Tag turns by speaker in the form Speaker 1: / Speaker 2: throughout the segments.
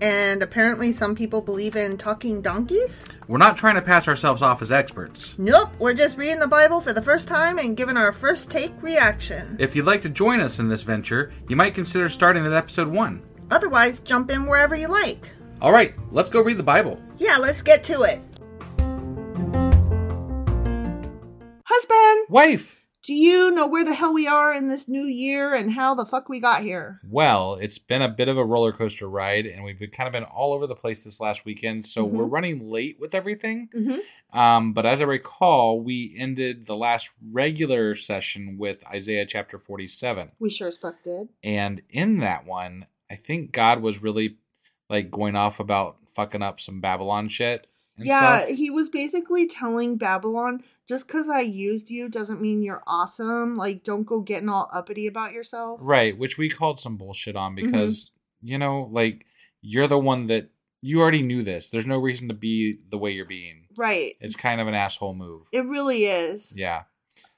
Speaker 1: and apparently some people believe in talking donkeys?
Speaker 2: We're not trying to pass ourselves off as experts.
Speaker 1: Nope, we're just reading the Bible for the first time and giving our first take reaction.
Speaker 2: If you'd like to join us in this venture, you might consider starting at episode 1.
Speaker 1: Otherwise, jump in wherever you like.
Speaker 2: All right, let's go read the Bible.
Speaker 1: Yeah, let's get to it. Husband,
Speaker 2: Wife!
Speaker 1: do you know where the hell we are in this new year and how the fuck we got here?
Speaker 2: Well, it's been a bit of a roller coaster ride, and we've been kind of been all over the place this last weekend, so we're running late with everything.
Speaker 1: Mhm.
Speaker 2: Um, but as I recall, we ended the last regular session with Isaiah chapter 47.
Speaker 1: We sure as fuck did.
Speaker 2: And in that one, I think God was really like going off about fucking up some Babylon shit and
Speaker 1: yeah,
Speaker 2: stuff.
Speaker 1: he was basically telling Babylon, just because I used you doesn't mean you're awesome. Like, don't go getting all uppity about yourself.
Speaker 2: Right, which we called some bullshit on
Speaker 1: Mm-hmm.
Speaker 2: because, you know, like you're the one that you already knew this. There's no reason to be the way you're being.
Speaker 1: Right.
Speaker 2: It's kind of an asshole move.
Speaker 1: It really is.
Speaker 2: Yeah.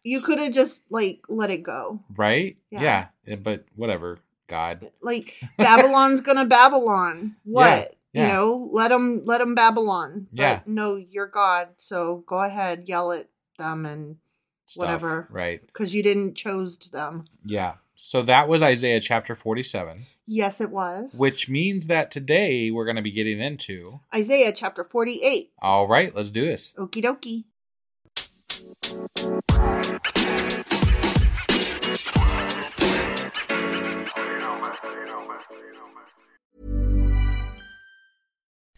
Speaker 1: You could have just, like, let it go.
Speaker 2: Right?
Speaker 1: Yeah.
Speaker 2: Yeah. Eh, But whatever. God.
Speaker 1: like babylon's gonna babylon what
Speaker 2: yeah.
Speaker 1: you know let them let them babylon but
Speaker 2: Yeah.
Speaker 1: no you're god so go ahead yell at them and
Speaker 2: Stuff.
Speaker 1: Whatever.
Speaker 2: Right.
Speaker 1: because you didn't chose them
Speaker 2: Yeah. So that was Isaiah chapter 47,
Speaker 1: yes it was
Speaker 2: which means that today we're going to be getting into.
Speaker 1: isaiah chapter 48
Speaker 2: All right, let's do this.
Speaker 1: okie dokie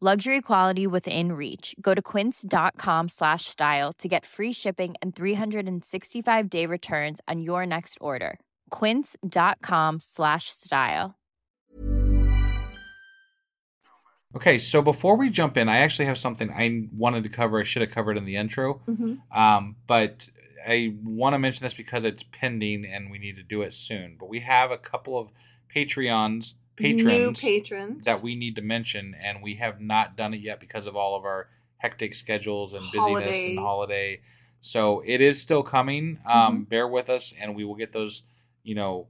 Speaker 3: Luxury quality within reach. Go to quince.com slash style to get free shipping and 365 day returns on your next order. Quince.com slash style.
Speaker 2: Okay, so before we jump in, I actually have something I wanted to cover. I should have covered in the intro.
Speaker 1: mm-hmm.
Speaker 2: Um, but I want to mention this because it's pending and we need to do it soon. But we have a couple of Patreons, patrons,
Speaker 1: New patrons.
Speaker 2: that we need to mention, and we have not done it yet because of all of our hectic schedules and busyness
Speaker 1: Holiday.
Speaker 2: and holiday. So it is still coming.
Speaker 1: Mm-hmm.
Speaker 2: Um, Bear with us, and we will get those, you know,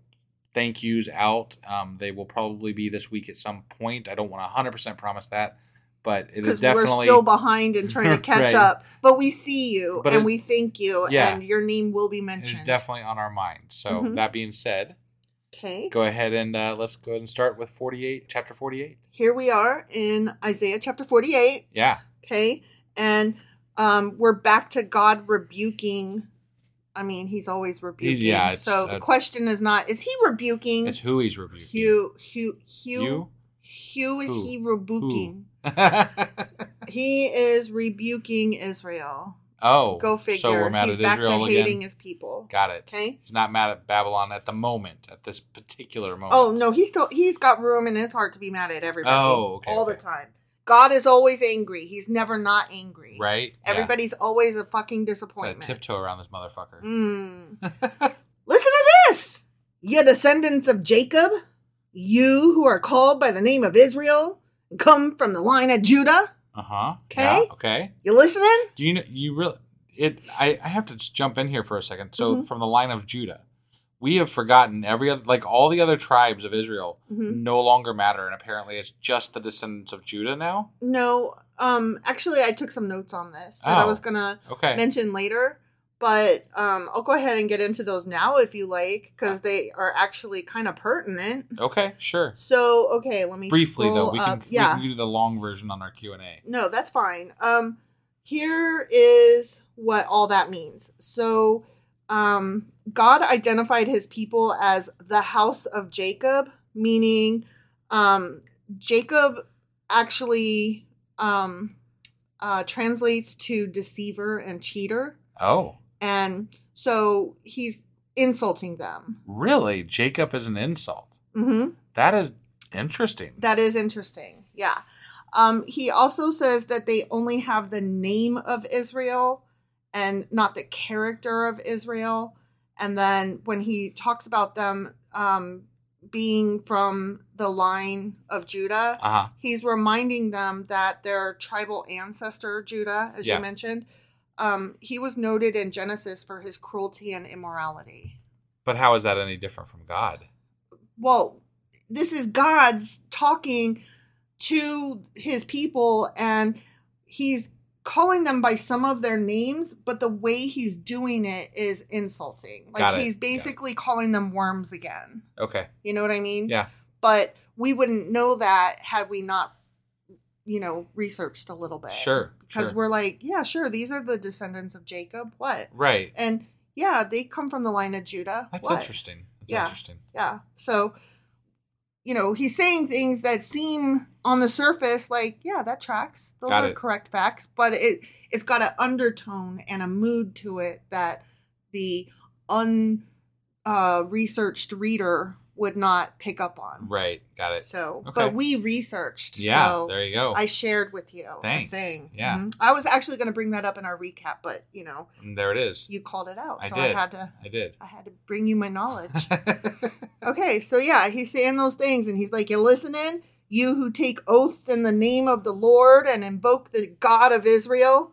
Speaker 2: thank yous out. Um, they will probably be this week at some point. I don't want to 100% promise that, but it is
Speaker 1: because
Speaker 2: definitely.
Speaker 1: we're still behind and trying to catch
Speaker 2: Right.
Speaker 1: up. But we see you
Speaker 2: But
Speaker 1: and
Speaker 2: it-
Speaker 1: we thank you,
Speaker 2: Yeah.
Speaker 1: and your name will be
Speaker 2: it
Speaker 1: mentioned.
Speaker 2: is definitely on our mind. So
Speaker 1: Mhm.
Speaker 2: that being said,
Speaker 1: okay.
Speaker 2: go ahead and uh, let's go ahead and start with 48, chapter 48.
Speaker 1: Here we are in Isaiah chapter 48.
Speaker 2: Yeah.
Speaker 1: Okay. And um, we're back to God rebuking. I mean, he's always rebuking.
Speaker 2: yeah, it's,
Speaker 1: so the
Speaker 2: uh,
Speaker 1: question is not, is he rebuking?
Speaker 2: It's who he's reviewing.
Speaker 1: Hugh, Hugh, Hugh,
Speaker 2: You?
Speaker 1: Hugh is
Speaker 2: Who?
Speaker 1: he rebuking? He is rebuking Israel.
Speaker 2: oh.
Speaker 1: Go figure.
Speaker 2: So we're mad
Speaker 1: He's
Speaker 2: at
Speaker 1: back
Speaker 2: Israel
Speaker 1: to
Speaker 2: again.
Speaker 1: hating his people.
Speaker 2: Got it.
Speaker 1: Okay.
Speaker 2: He's not mad at Babylon at the moment, at this particular moment.
Speaker 1: Oh no, he's still he's got room in his heart to be mad at everybody
Speaker 2: Oh, okay,
Speaker 1: all the
Speaker 2: okay.
Speaker 1: time. God is always angry. He's never not angry.
Speaker 2: Right? Yeah.
Speaker 1: Everybody's always a fucking
Speaker 2: Gotta
Speaker 1: disappointment.
Speaker 2: tiptoe around this motherfucker.
Speaker 1: Mm. Listen to this, you descendants of Jacob, you who are called by the name of Israel, and come from the line of Judah.
Speaker 2: Uh huh.
Speaker 1: 'Kay.
Speaker 2: okay.
Speaker 1: You listening?
Speaker 2: Do you know, you really it? I I have to just jump in here for a second. So
Speaker 1: Mm-hmm.
Speaker 2: from the line of Judah, we have forgotten every other like all the other tribes of Israel
Speaker 1: Mm-hmm.
Speaker 2: no longer matter, and apparently it's just the descendants of Judah now.
Speaker 1: No, um, actually, I took some notes on this that I
Speaker 2: Oh.
Speaker 1: was gonna
Speaker 2: Okay.
Speaker 1: mention later, but um, I'll go ahead and get into those now if you like, because they are actually kind of pertinent.
Speaker 2: okay. Sure.
Speaker 1: So, okay, let me
Speaker 2: Briefly though,
Speaker 1: scroll
Speaker 2: we can,
Speaker 1: up.
Speaker 2: we
Speaker 1: yeah,
Speaker 2: can do the long version on our Q and A.
Speaker 1: No, that's fine. Um, here is what all that means. So, um, God identified his people as the house of Jacob, meaning um, Jacob actually um, uh, translates to deceiver and cheater.
Speaker 2: Oh,
Speaker 1: And so he's insulting them.
Speaker 2: really? Jacob is an insult.
Speaker 1: hmm
Speaker 2: That is interesting.
Speaker 1: That is interesting. Yeah. Um, he also says that they only have the name of Israel and not the character of Israel. And then when he talks about them um, being from the line of Judah,
Speaker 2: Uh huh.
Speaker 1: he's reminding them that their tribal ancestor, Judah, as
Speaker 2: Yeah.
Speaker 1: you mentioned, um, he was noted in Genesis for his cruelty and immorality
Speaker 2: But how is that any different from God?
Speaker 1: well, this is God's talking to his people, and he's calling them by some of their names, but the way he's doing it is insulting. Like
Speaker 2: Got it.
Speaker 1: he's
Speaker 2: Got it.
Speaker 1: basically calling them worms again.
Speaker 2: Okay.
Speaker 1: You know what I mean?
Speaker 2: Yeah.
Speaker 1: But we wouldn't know that had we not, you know, researched a little bit.
Speaker 2: Sure,
Speaker 1: Because
Speaker 2: sure.
Speaker 1: we're like, yeah, sure, these are the descendants of Jacob. What?
Speaker 2: Right.
Speaker 1: And yeah, they come from the line of Judah.
Speaker 2: That's
Speaker 1: what?
Speaker 2: interesting. That's
Speaker 1: Yeah.
Speaker 2: interesting.
Speaker 1: Yeah. So, you know, he's saying things that seem on the surface like, yeah, that tracks. Those
Speaker 2: Got
Speaker 1: are
Speaker 2: it.
Speaker 1: correct facts, but it it's got an undertone and a mood to it that the un uh, researched reader would not pick up on.
Speaker 2: Right. Got it.
Speaker 1: So,
Speaker 2: Okay.
Speaker 1: but we researched.
Speaker 2: Yeah,
Speaker 1: so
Speaker 2: there you go.
Speaker 1: I shared with you
Speaker 2: Thanks.
Speaker 1: the thing.
Speaker 2: Yeah.
Speaker 1: Mhm. I was actually going to bring that up in our recap, but you know,
Speaker 2: And Mm, there it is.
Speaker 1: you called it out,
Speaker 2: I
Speaker 1: so
Speaker 2: did.
Speaker 1: I had to.
Speaker 2: I did.
Speaker 1: I had to bring you my knowledge. Okay, so yeah, he's saying those things, and he's like, "You listening? You who take oaths in the name of the Lord and invoke the God of Israel,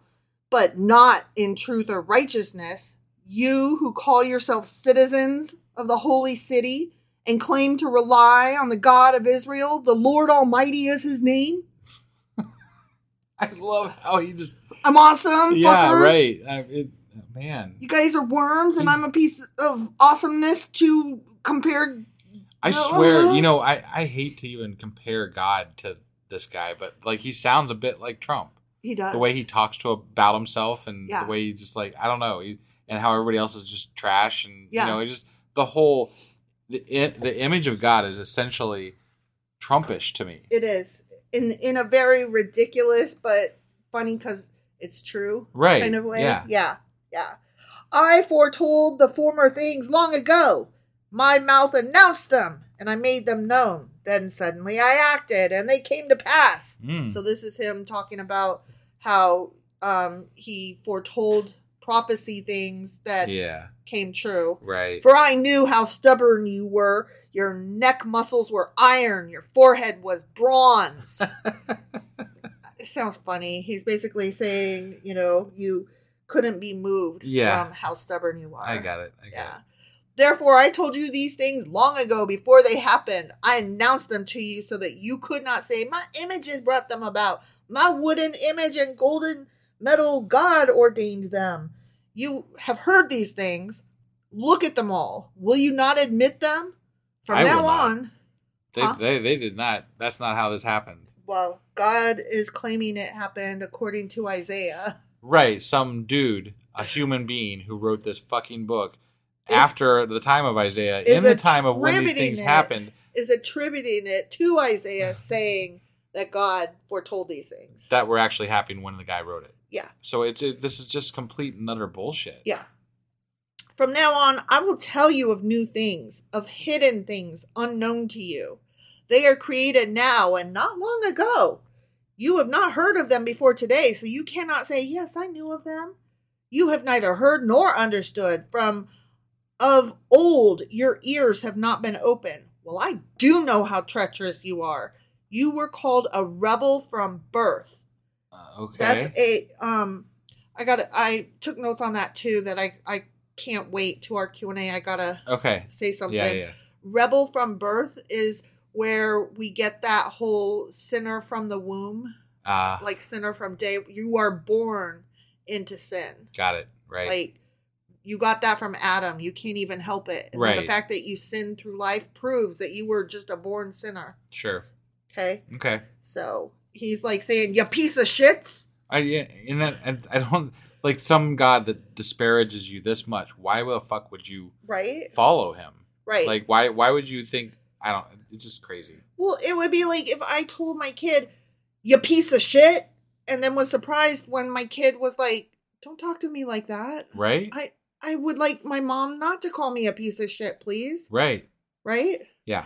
Speaker 1: but not in truth or righteousness. You who call yourselves citizens of the holy city and claim to rely on the God of Israel, the Lord Almighty is His name.
Speaker 2: I love how you just
Speaker 1: I'm awesome,
Speaker 2: yeah
Speaker 1: fuckers.
Speaker 2: right. Mm. I, it, man,
Speaker 1: You guys are worms, and I'm a piece of awesomeness to compared.
Speaker 2: I swear,
Speaker 1: uh-huh.
Speaker 2: you know, I I hate to even compare God to this guy, but like he sounds a bit like Trump.
Speaker 1: He does
Speaker 2: The way he talks to about himself and
Speaker 1: Yeah.
Speaker 2: the way he just like I don't know, he, and how everybody else is just trash and
Speaker 1: Yeah.
Speaker 2: you know, it's just the whole the i- the image of God is essentially Trumpish to me.
Speaker 1: It is in in a very ridiculous but funny because it's true,
Speaker 2: Right,
Speaker 1: Kind of way.
Speaker 2: yeah.
Speaker 1: yeah, yeah. I foretold the former things long ago. My mouth announced them, and I made them known. Then suddenly I acted, and they came to pass.
Speaker 2: Mm.
Speaker 1: So this is him talking about how um, he foretold prophecy things that
Speaker 2: Yeah.
Speaker 1: came true.
Speaker 2: Right.
Speaker 1: For I knew how stubborn you were. Your neck muscles were iron. Your forehead was bronze. it sounds funny. He's basically saying, you know, you couldn't be moved
Speaker 2: Yeah.
Speaker 1: from how stubborn you are.
Speaker 2: I got it. I got
Speaker 1: Yeah.
Speaker 2: it.
Speaker 1: Therefore, I told you these things long ago before they happened. I announced them to you so that you could not say, My images brought them about. My wooden image and golden metal God ordained them. You have heard these things. Look at them all. Will you not admit them? From
Speaker 2: I will
Speaker 1: now
Speaker 2: not.
Speaker 1: on,
Speaker 2: They,
Speaker 1: Huh?
Speaker 2: they they did not. That's not how this happened.
Speaker 1: well, God is claiming it happened according to Isaiah.
Speaker 2: Right. Some dude, a human being who wrote this fucking book
Speaker 1: Is-
Speaker 2: after the time of Isaiah,
Speaker 1: is
Speaker 2: in the time of when these
Speaker 1: attributing
Speaker 2: things
Speaker 1: it-
Speaker 2: happened.
Speaker 1: Is attributing it to Isaiah saying that God foretold these things.
Speaker 2: that were actually happening when the guy wrote it.
Speaker 1: Yeah.
Speaker 2: So it's it, this is just complete and utter bullshit.
Speaker 1: Yeah. From now on, I will tell you of new things, of hidden things unknown to you. They are created now and not long ago. You have not heard of them before today, so you cannot say, Yes, I knew of them. You have neither heard nor understood. From of old, your ears have not been open. Well, I do know how treacherous you are. You were called a rebel from birth.
Speaker 2: Uh, okay.
Speaker 1: That's a um I got I took notes on that too that I I can't wait to our Q&A. I got to
Speaker 2: okay.
Speaker 1: say something.
Speaker 2: Yeah, yeah.
Speaker 1: Rebel from birth is where we get that whole sinner from the womb,
Speaker 2: Ah,
Speaker 1: like sinner from day you are born into sin.
Speaker 2: got it. Right.
Speaker 1: Like you got that from Adam. You can't even help it. And then The
Speaker 2: Right.
Speaker 1: fact that you sin through life proves that you were just a born sinner,
Speaker 2: sure.
Speaker 1: okay?
Speaker 2: Okay.
Speaker 1: So, he's like saying, "You piece of shits."
Speaker 2: I yeah, and that and I don't like some god that disparages you this much. Why the fuck would you
Speaker 1: Right?
Speaker 2: follow him?
Speaker 1: Right.
Speaker 2: Like why why would you think I don't it's just crazy.
Speaker 1: Well, it would be like if I told my kid, "You piece of shit," and then was surprised when my kid was like, "Don't talk to me like that."
Speaker 2: Right?
Speaker 1: I I would like my mom not to call me a piece of shit, please.
Speaker 2: right.
Speaker 1: Right?
Speaker 2: Yeah.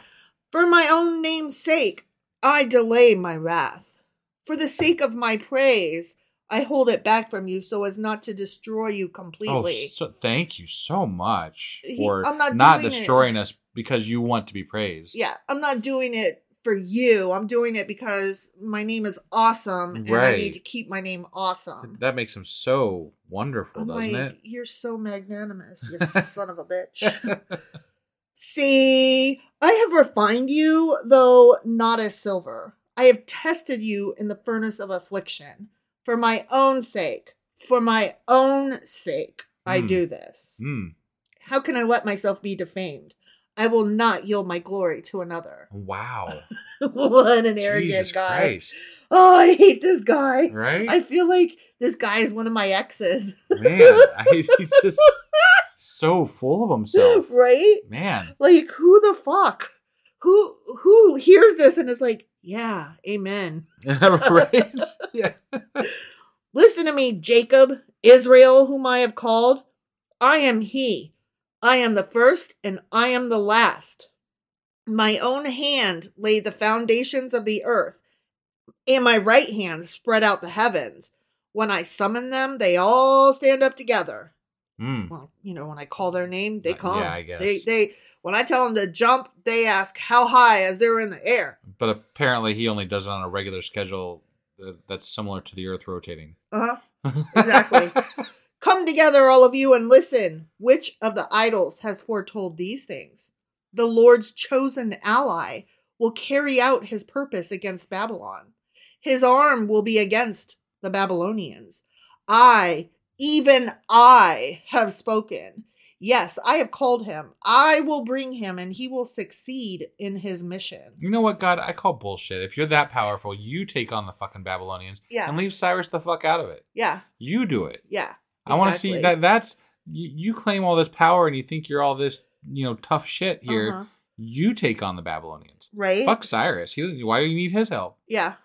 Speaker 1: For my own name's sake, I delay my wrath. For the sake of my praise, I hold it back from you so as not to destroy you completely.
Speaker 2: Oh, so, thank you so much
Speaker 1: He-
Speaker 2: for
Speaker 1: I'm
Speaker 2: not,
Speaker 1: not doing it.
Speaker 2: destroying us because you want to be praised.
Speaker 1: yeah, I'm not doing it for you. I'm doing it because my name is awesome and I
Speaker 2: Right.
Speaker 1: need to keep my name awesome.
Speaker 2: That makes him so wonderful,
Speaker 1: I'm
Speaker 2: Oh, doesn't
Speaker 1: like,
Speaker 2: it?
Speaker 1: you're so magnanimous, you son of a bitch. See, I have refined you, though not as silver. I have tested you in the furnace of affliction. For my own sake, for my own sake, I
Speaker 2: Hmm.
Speaker 1: do this.
Speaker 2: Hmm.
Speaker 1: How can I let myself be defamed? I will not yield my glory to another.
Speaker 2: Wow.
Speaker 1: what an arrogant
Speaker 2: Jesus
Speaker 1: guy.
Speaker 2: Christ.
Speaker 1: Oh, I hate this guy.
Speaker 2: Right?
Speaker 1: I feel like this guy is one of my exes.
Speaker 2: Man, I, he's just so full of himself.
Speaker 1: right?
Speaker 2: Man.
Speaker 1: Like who the fuck? Who who hears this and is like, "Yeah, amen."
Speaker 2: right? Yeah.
Speaker 1: Listen to me, Jacob, Israel, whom I have called. I am he. I am the first and I am the last. My own hand laid the foundations of the earth, and my right hand spread out the heavens. When I summon them, they all stand up together.
Speaker 2: Hmm.
Speaker 1: well, you know, when I call their name, they
Speaker 2: Uh,
Speaker 1: come.
Speaker 2: yeah, I guess.
Speaker 1: They they when I tell them to jump, they ask how high as they're in the air.
Speaker 2: But apparently he only does it on a regular schedule that- that's similar to the Earth rotating.
Speaker 1: Uh huh. Exactly. come together, all of you, and listen. Which of the idols has foretold these things? The Lord's chosen ally will carry out his purpose against Babylon. His arm will be against the Babylonians. I, even I, have spoken. Yes, I have called him. I will bring him, and he will succeed in his mission.
Speaker 2: You know what, God? I call bullshit. If you're that powerful, you take on the fucking Babylonians
Speaker 1: Yeah.
Speaker 2: and leave Cyrus the fuck out of it.
Speaker 1: Yeah,
Speaker 2: You do it.
Speaker 1: yeah.
Speaker 2: I want to see that.
Speaker 1: exactly.
Speaker 2: That's you, you claim all this power and you think you're all this, you know, tough shit here.
Speaker 1: Uh-huh.
Speaker 2: You take on the Babylonians.
Speaker 1: right?
Speaker 2: Fuck Cyrus. He doesn't, why do you need his help?
Speaker 1: Yeah,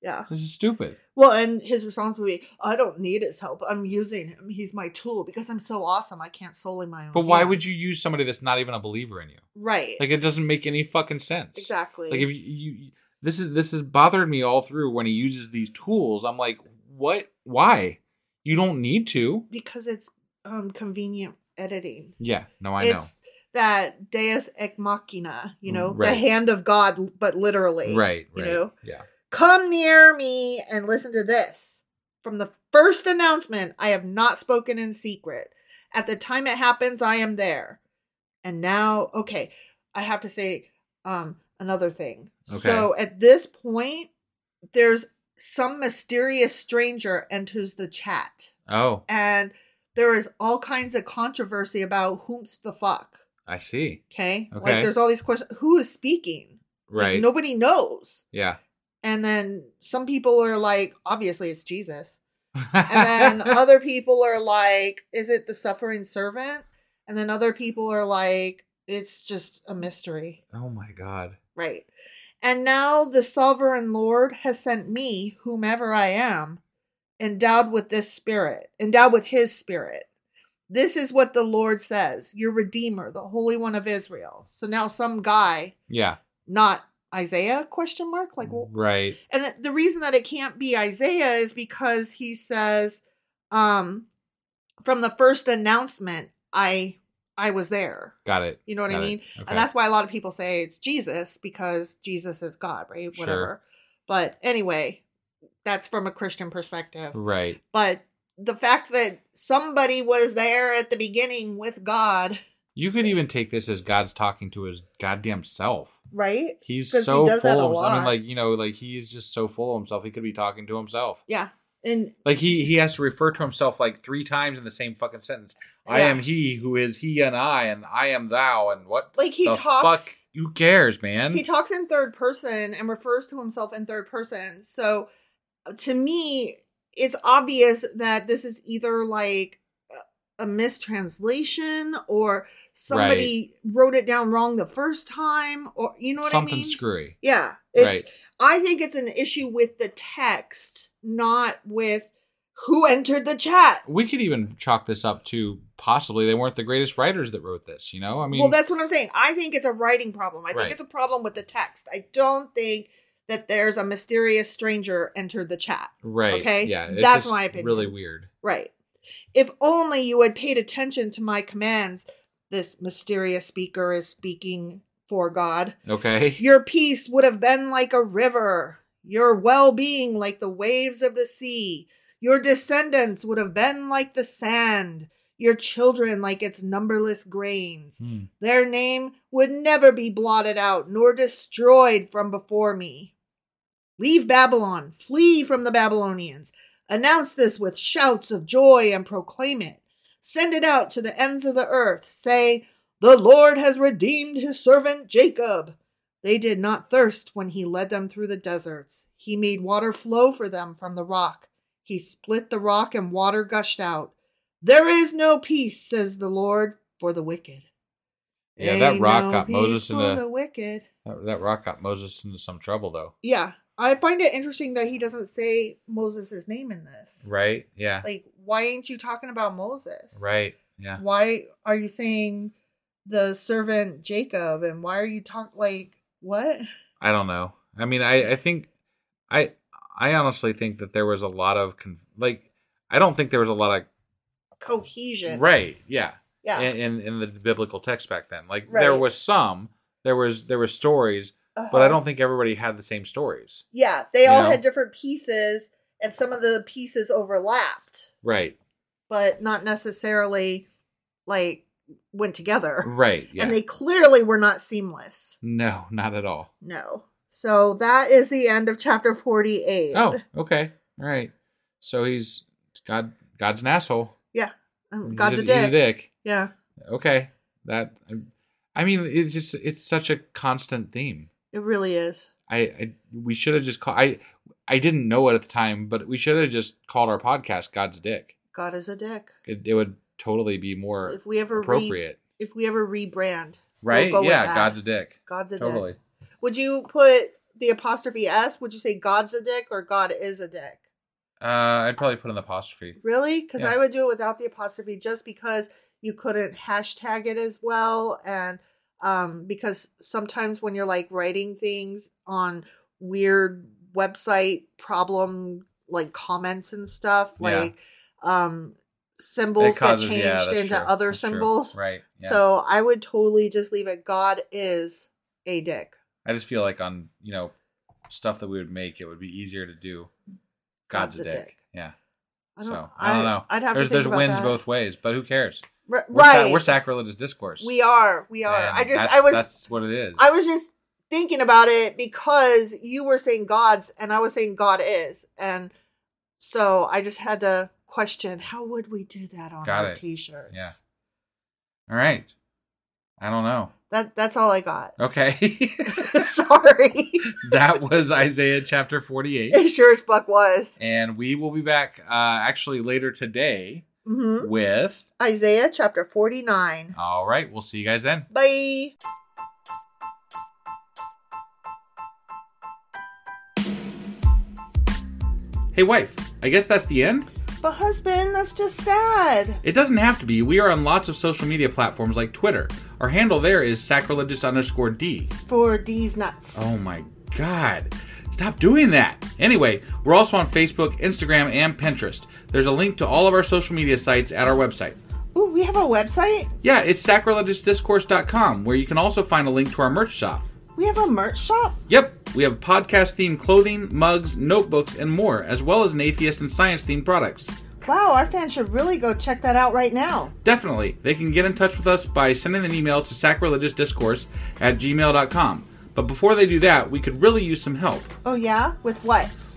Speaker 1: yeah.
Speaker 2: This is stupid.
Speaker 1: Well, and his response would be, "I don't need his help. I'm using him. He's my tool because I'm so awesome. I can't solely my own."
Speaker 2: But why would
Speaker 1: hands."
Speaker 2: you use somebody that's not even a believer in you?
Speaker 1: Right.
Speaker 2: Like it doesn't make any fucking sense.
Speaker 1: Exactly.
Speaker 2: Like if you, you this is this has bothered me all through when he uses these tools. I'm like, what? Why? You don't need to.
Speaker 1: because it's um convenient editing.
Speaker 2: Yeah. No, I know. Mm,
Speaker 1: it's that Deus ex machina, you know, the
Speaker 2: Right.
Speaker 1: hand of God, but literally.
Speaker 2: Right. Right.
Speaker 1: you know?
Speaker 2: Yeah.
Speaker 1: Come near me and listen to this. From the first announcement, I have not spoken in secret. At the time it happens, I am there. And now, okay, I have to say um another thing.
Speaker 2: Okay.
Speaker 1: So at this point, there's some mysterious stranger enters the chat.
Speaker 2: Oh,
Speaker 1: And there is all kinds of controversy about whom's the fuck.
Speaker 2: I see.
Speaker 1: Okay.
Speaker 2: Okay.
Speaker 1: Like there's all these questions. Who is speaking? Like,
Speaker 2: Right.
Speaker 1: nobody knows.
Speaker 2: Yeah.
Speaker 1: And then some people are like, obviously it's Jesus. And then other people are like, is it the suffering servant? And then other people are like, it's just a mystery.
Speaker 2: oh my God.
Speaker 1: Right. And now the sovereign Lord has sent me, whomever I am, endowed with this spirit, endowed with his spirit. This is what the Lord says, your Redeemer, the Holy One of Israel. So now some guy,
Speaker 2: Yeah.
Speaker 1: not Isaiah question mark like wh-
Speaker 2: right.
Speaker 1: and it- the reason that it can't be Isaiah is because he says um from the first announcement I I was there.
Speaker 2: Got it.
Speaker 1: You know what I
Speaker 2: Got it.
Speaker 1: mean?
Speaker 2: Okay.
Speaker 1: And that's why a lot of people say it's Jesus because Jesus is God, right?
Speaker 2: Sure.
Speaker 1: Whatever. But anyway, that's from a Christian perspective.
Speaker 2: right.
Speaker 1: But the fact that somebody was there at the beginning with God,
Speaker 2: You could even take this as God's talking to his goddamn self.
Speaker 1: right?
Speaker 2: He's
Speaker 1: 'Cause he
Speaker 2: so
Speaker 1: does that
Speaker 2: full
Speaker 1: a
Speaker 2: of himself. I mean,
Speaker 1: lot.
Speaker 2: like, you know, like he's just so full of himself. He could be talking to himself.
Speaker 1: Yeah. And
Speaker 2: Like he he has to refer to himself like three times in the same fucking sentence. I
Speaker 1: Yeah.
Speaker 2: am he who is he and I and I am thou and what
Speaker 1: Like, he
Speaker 2: the
Speaker 1: talks-
Speaker 2: fuck who cares, man?
Speaker 1: he talks in third person and refers to himself in third person. So uh, to me, it's obvious that this is either like a- a mistranslation or somebody wrote it down wrong the first time or you know what
Speaker 2: Something
Speaker 1: I mean?
Speaker 2: screwy.
Speaker 1: Yeah. It's,
Speaker 2: Right.
Speaker 1: I think it's an issue with the text, not with who entered the chat.
Speaker 2: We could even chalk this up to possibly they weren't the greatest writers that wrote this, you know? I mean
Speaker 1: well, that's what I'm saying. I think it's a writing problem. I
Speaker 2: Right.
Speaker 1: think it's a problem with the text. I don't think that there's a mysterious stranger entered the chat.
Speaker 2: Right.
Speaker 1: Okay.
Speaker 2: Yeah. it's
Speaker 1: That's
Speaker 2: just
Speaker 1: my opinion.
Speaker 2: Really weird.
Speaker 1: Right. If only you had paid attention to my commands. This mysterious speaker is speaking for God.
Speaker 2: Okay.
Speaker 1: Your peace would have been like a river, your well being like the waves of the sea. Your descendants would have been like the sand, your children like its numberless grains.
Speaker 2: Hmm.
Speaker 1: Their name would never be blotted out nor destroyed from before me. Leave Babylon, flee from the Babylonians. Announce this with shouts of joy and proclaim it. Send it out to the ends of the earth. Say, The Lord has redeemed his servant Jacob. They did not thirst when he led them through the deserts. He made water flow for them from the rock. He split the rock and water gushed out. There is no peace, says the Lord, for the wicked.
Speaker 2: Yeah, that
Speaker 1: Ain't
Speaker 2: rock
Speaker 1: no
Speaker 2: got
Speaker 1: peace
Speaker 2: Moses in
Speaker 1: for
Speaker 2: a-
Speaker 1: the wicked.
Speaker 2: That, that rock got Moses into some trouble though.
Speaker 1: Yeah, I find it interesting that he doesn't say Moses' name in this.
Speaker 2: Right? Yeah.
Speaker 1: Like, why ain't you talking about Moses?
Speaker 2: right. Yeah.
Speaker 1: Why are you saying the servant Jacob? And why are you talking like what?
Speaker 2: I don't know. I mean, I, I think, I I honestly think that there was a lot of conf- like I don't think there was a lot
Speaker 1: Cohesion.
Speaker 2: of right, yeah,
Speaker 1: Yeah.
Speaker 2: in, in in the biblical text back then. Like
Speaker 1: Right.
Speaker 2: there was some, there was there were stories, but
Speaker 1: Uh-huh.
Speaker 2: I don't think everybody had the same stories.
Speaker 1: Yeah, they
Speaker 2: You
Speaker 1: all
Speaker 2: know?
Speaker 1: had different pieces, and some of the pieces overlapped,
Speaker 2: Right,
Speaker 1: but not necessarily like went together.
Speaker 2: right, Mm, yeah.
Speaker 1: And they clearly were not seamless.
Speaker 2: no, not at all.
Speaker 1: No. So that is the end of chapter 48.
Speaker 2: Oh, okay, all right. So he's God. God's an asshole.
Speaker 1: Yeah. Um,
Speaker 2: He's
Speaker 1: God's a,
Speaker 2: he's
Speaker 1: dick.
Speaker 2: a dick.
Speaker 1: Yeah.
Speaker 2: Okay, that. I mean, it's just it's such a constant theme.
Speaker 1: It really is.
Speaker 2: I, I we should have just called I I didn't know it at the time, but we should have just called our podcast God's Dick.
Speaker 1: God is a dick.
Speaker 2: It, it would totally be more
Speaker 1: If we ever re-
Speaker 2: appropriate,
Speaker 1: If we ever rebrand, we'll
Speaker 2: right?
Speaker 1: go with
Speaker 2: yeah,
Speaker 1: that.
Speaker 2: God's a dick.
Speaker 1: God's a
Speaker 2: totally.
Speaker 1: dick. Would you put the apostrophe S? Would you say God's a dick or God is a dick?
Speaker 2: Uh, I'd probably put an apostrophe.
Speaker 1: Really? Because
Speaker 2: Yeah.
Speaker 1: I would do it without the apostrophe just because you couldn't hashtag it as well. And um, because sometimes when you're like writing things on weird website problem, like comments and stuff,
Speaker 2: Yeah.
Speaker 1: like um, symbols
Speaker 2: It causes-
Speaker 1: get changed
Speaker 2: yeah, that's
Speaker 1: into
Speaker 2: true.
Speaker 1: other
Speaker 2: That's true.
Speaker 1: symbols.
Speaker 2: Right. Yeah.
Speaker 1: So I would totally just leave it. God is a dick.
Speaker 2: I just feel like on you know stuff that we would make, it would be easier to do. God's, a dick. Yeah.
Speaker 1: I don't,
Speaker 2: so I, don't know.
Speaker 1: I'd have
Speaker 2: there's
Speaker 1: to think
Speaker 2: there's
Speaker 1: about
Speaker 2: wins
Speaker 1: that.
Speaker 2: both ways, but who cares?
Speaker 1: R-
Speaker 2: We're sa-
Speaker 1: right.
Speaker 2: we're sacrilegious discourse.
Speaker 1: we are. We are.
Speaker 2: And
Speaker 1: I just.
Speaker 2: that's-
Speaker 1: I was.
Speaker 2: That's what it is.
Speaker 1: I was just thinking about it because you were saying gods and I was saying God is. And so I just had to question how would we do that on
Speaker 2: Got
Speaker 1: our
Speaker 2: it.
Speaker 1: t shirts?
Speaker 2: Yeah. All right. I don't know.
Speaker 1: That that's all I got.
Speaker 2: Okay.
Speaker 1: Sorry.
Speaker 2: that was Isaiah chapter 48.
Speaker 1: it sure as fuck was.
Speaker 2: And we will be back uh, actually later today
Speaker 1: hmm
Speaker 2: with.
Speaker 1: Isaiah chapter 49.
Speaker 2: All right. We'll see you guys then.
Speaker 1: Bye.
Speaker 2: Hey, wife. I guess that's the end.
Speaker 1: But husband, that's just sad.
Speaker 2: It doesn't have to be. We are on lots of social media platforms like Twitter. Our handle there is sacrilegious underscore D.
Speaker 1: For these nuts.
Speaker 2: Oh my God. Stop doing that. Anyway, we're also on Facebook, Instagram, and Pinterest. There's a link to all of our social media sites at our website.
Speaker 1: Ooh, we have a website?
Speaker 2: Yeah, it's sacrilegiousdiscourse.com, where you can also find a link to our merch shop.
Speaker 1: We have a merch shop?
Speaker 2: Yep, we have podcast themed clothing, mugs, notebooks, and more, as well as an atheist and science themed products.
Speaker 1: Wow, our fans should really go check that out right now.
Speaker 2: Definitely, they can get in touch with us by sending an email to sacrilegiousdiscourse at gmail.com. But before they do that, we could really use some help.
Speaker 1: Oh, yeah? With what?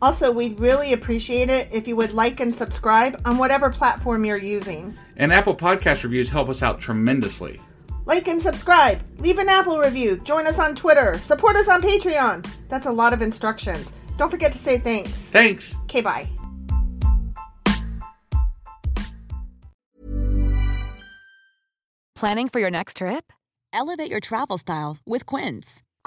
Speaker 1: Also, we'd really appreciate it if you would like and subscribe on whatever platform you're using.
Speaker 2: And Apple Podcast reviews help us out tremendously.
Speaker 1: Like and subscribe, leave an Apple review, join us on Twitter, support us on Patreon. That's a lot of instructions. Don't forget to say thanks.
Speaker 2: Thanks!
Speaker 1: Okay, bye.
Speaker 4: Planning for your next trip? Elevate your travel style with Quince.